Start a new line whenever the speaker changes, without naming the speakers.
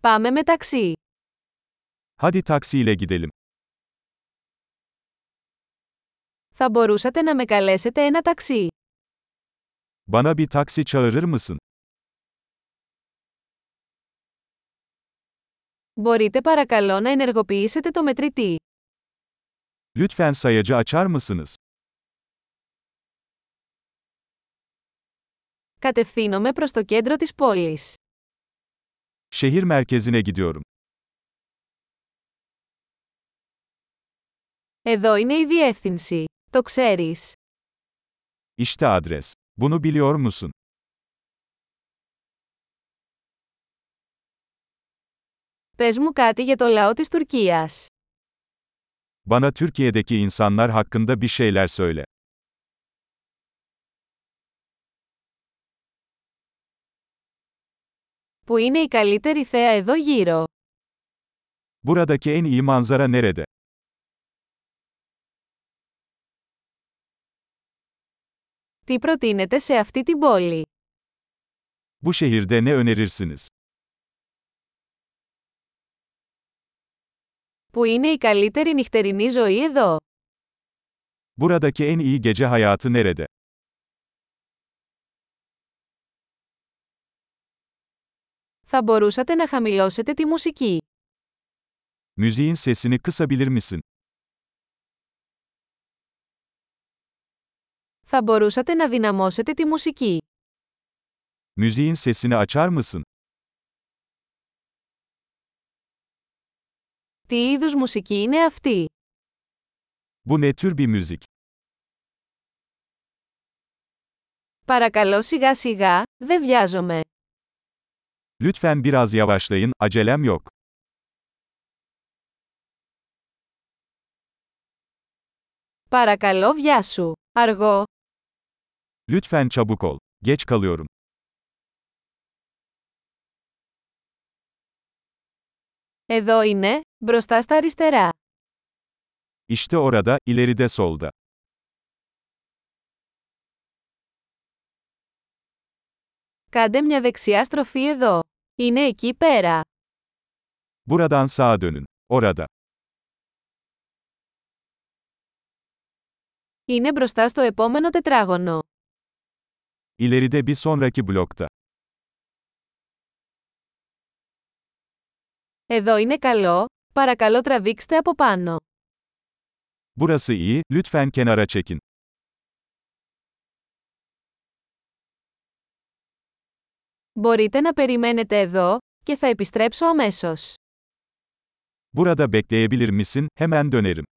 Πάμε με ταξί.
Hadi taksiyle gidelim.
Θα μπορούσατε να με καλέσετε ένα ταξί.
Bana bir taksi çağırır mısın?
Μπορείτε παρακαλώ να ενεργοποιήσετε το μετρητή.
Lütfen sayacı açar mısınız?
Κατευθύνομαι προς το κέντρο της πόλης.
Şehir merkezine gidiyorum.
Εδώ είναι η διεύθυνση. Το ξέρεις.
İşte adres. Bunu biliyor musun?
Πες μου κάτι για το λαό της Τουρκίας.
Bana Türkiye'deki insanlar hakkında bir şeyler söyle.
Που είναι η καλύτερη θέα εδώ γύρω.
Buradaki en iyi manzara nerede?
Τι προτείνετε σε αυτή την πόλη.
Bu şehirde ne önerirsiniz?
Που είναι η καλύτερη νυχτερινή ζωή εδώ.
Buradaki en iyi gece hayatı nerede?
Θα μπορούσατε να χαμηλώσετε τη μουσική.
Müziğin sesini kısabilir misin?
Θα μπορούσατε να δυναμώσετε τη μουσική.
Müziğin sesini açar mısın?
Τι είδους μουσική είναι αυτή.
Bu ne tür bir müzik?
Παρακαλώ σιγά σιγά, δεν βιάζομαι.
Lütfen biraz yavaşlayın, acelem yok.
Παρακαλώ βιάσου. Αργό.
Lütfen çabuk ol. Geç kalıyorum.
Εδώ είναι, μπροστά στα αριστερά.
İşte orada, ileride solda.
Κάντε μια δεξιά στροφή εδώ. Είναι εκεί πέρα.
Buradan sağa dönün. Orada.
Είναι μπροστά στο επόμενο τετράγωνο.
İleride bir sonraki blokta.
Εδώ είναι καλό, παρακαλώ τραβήξτε από πάνω.
Burası iyi, lütfen kenara çekin.
Μπορείτε να περιμένετε εδώ, και θα επιστρέψω αμέσως.
Burada bekleyebilir misin? Hemen dönerim.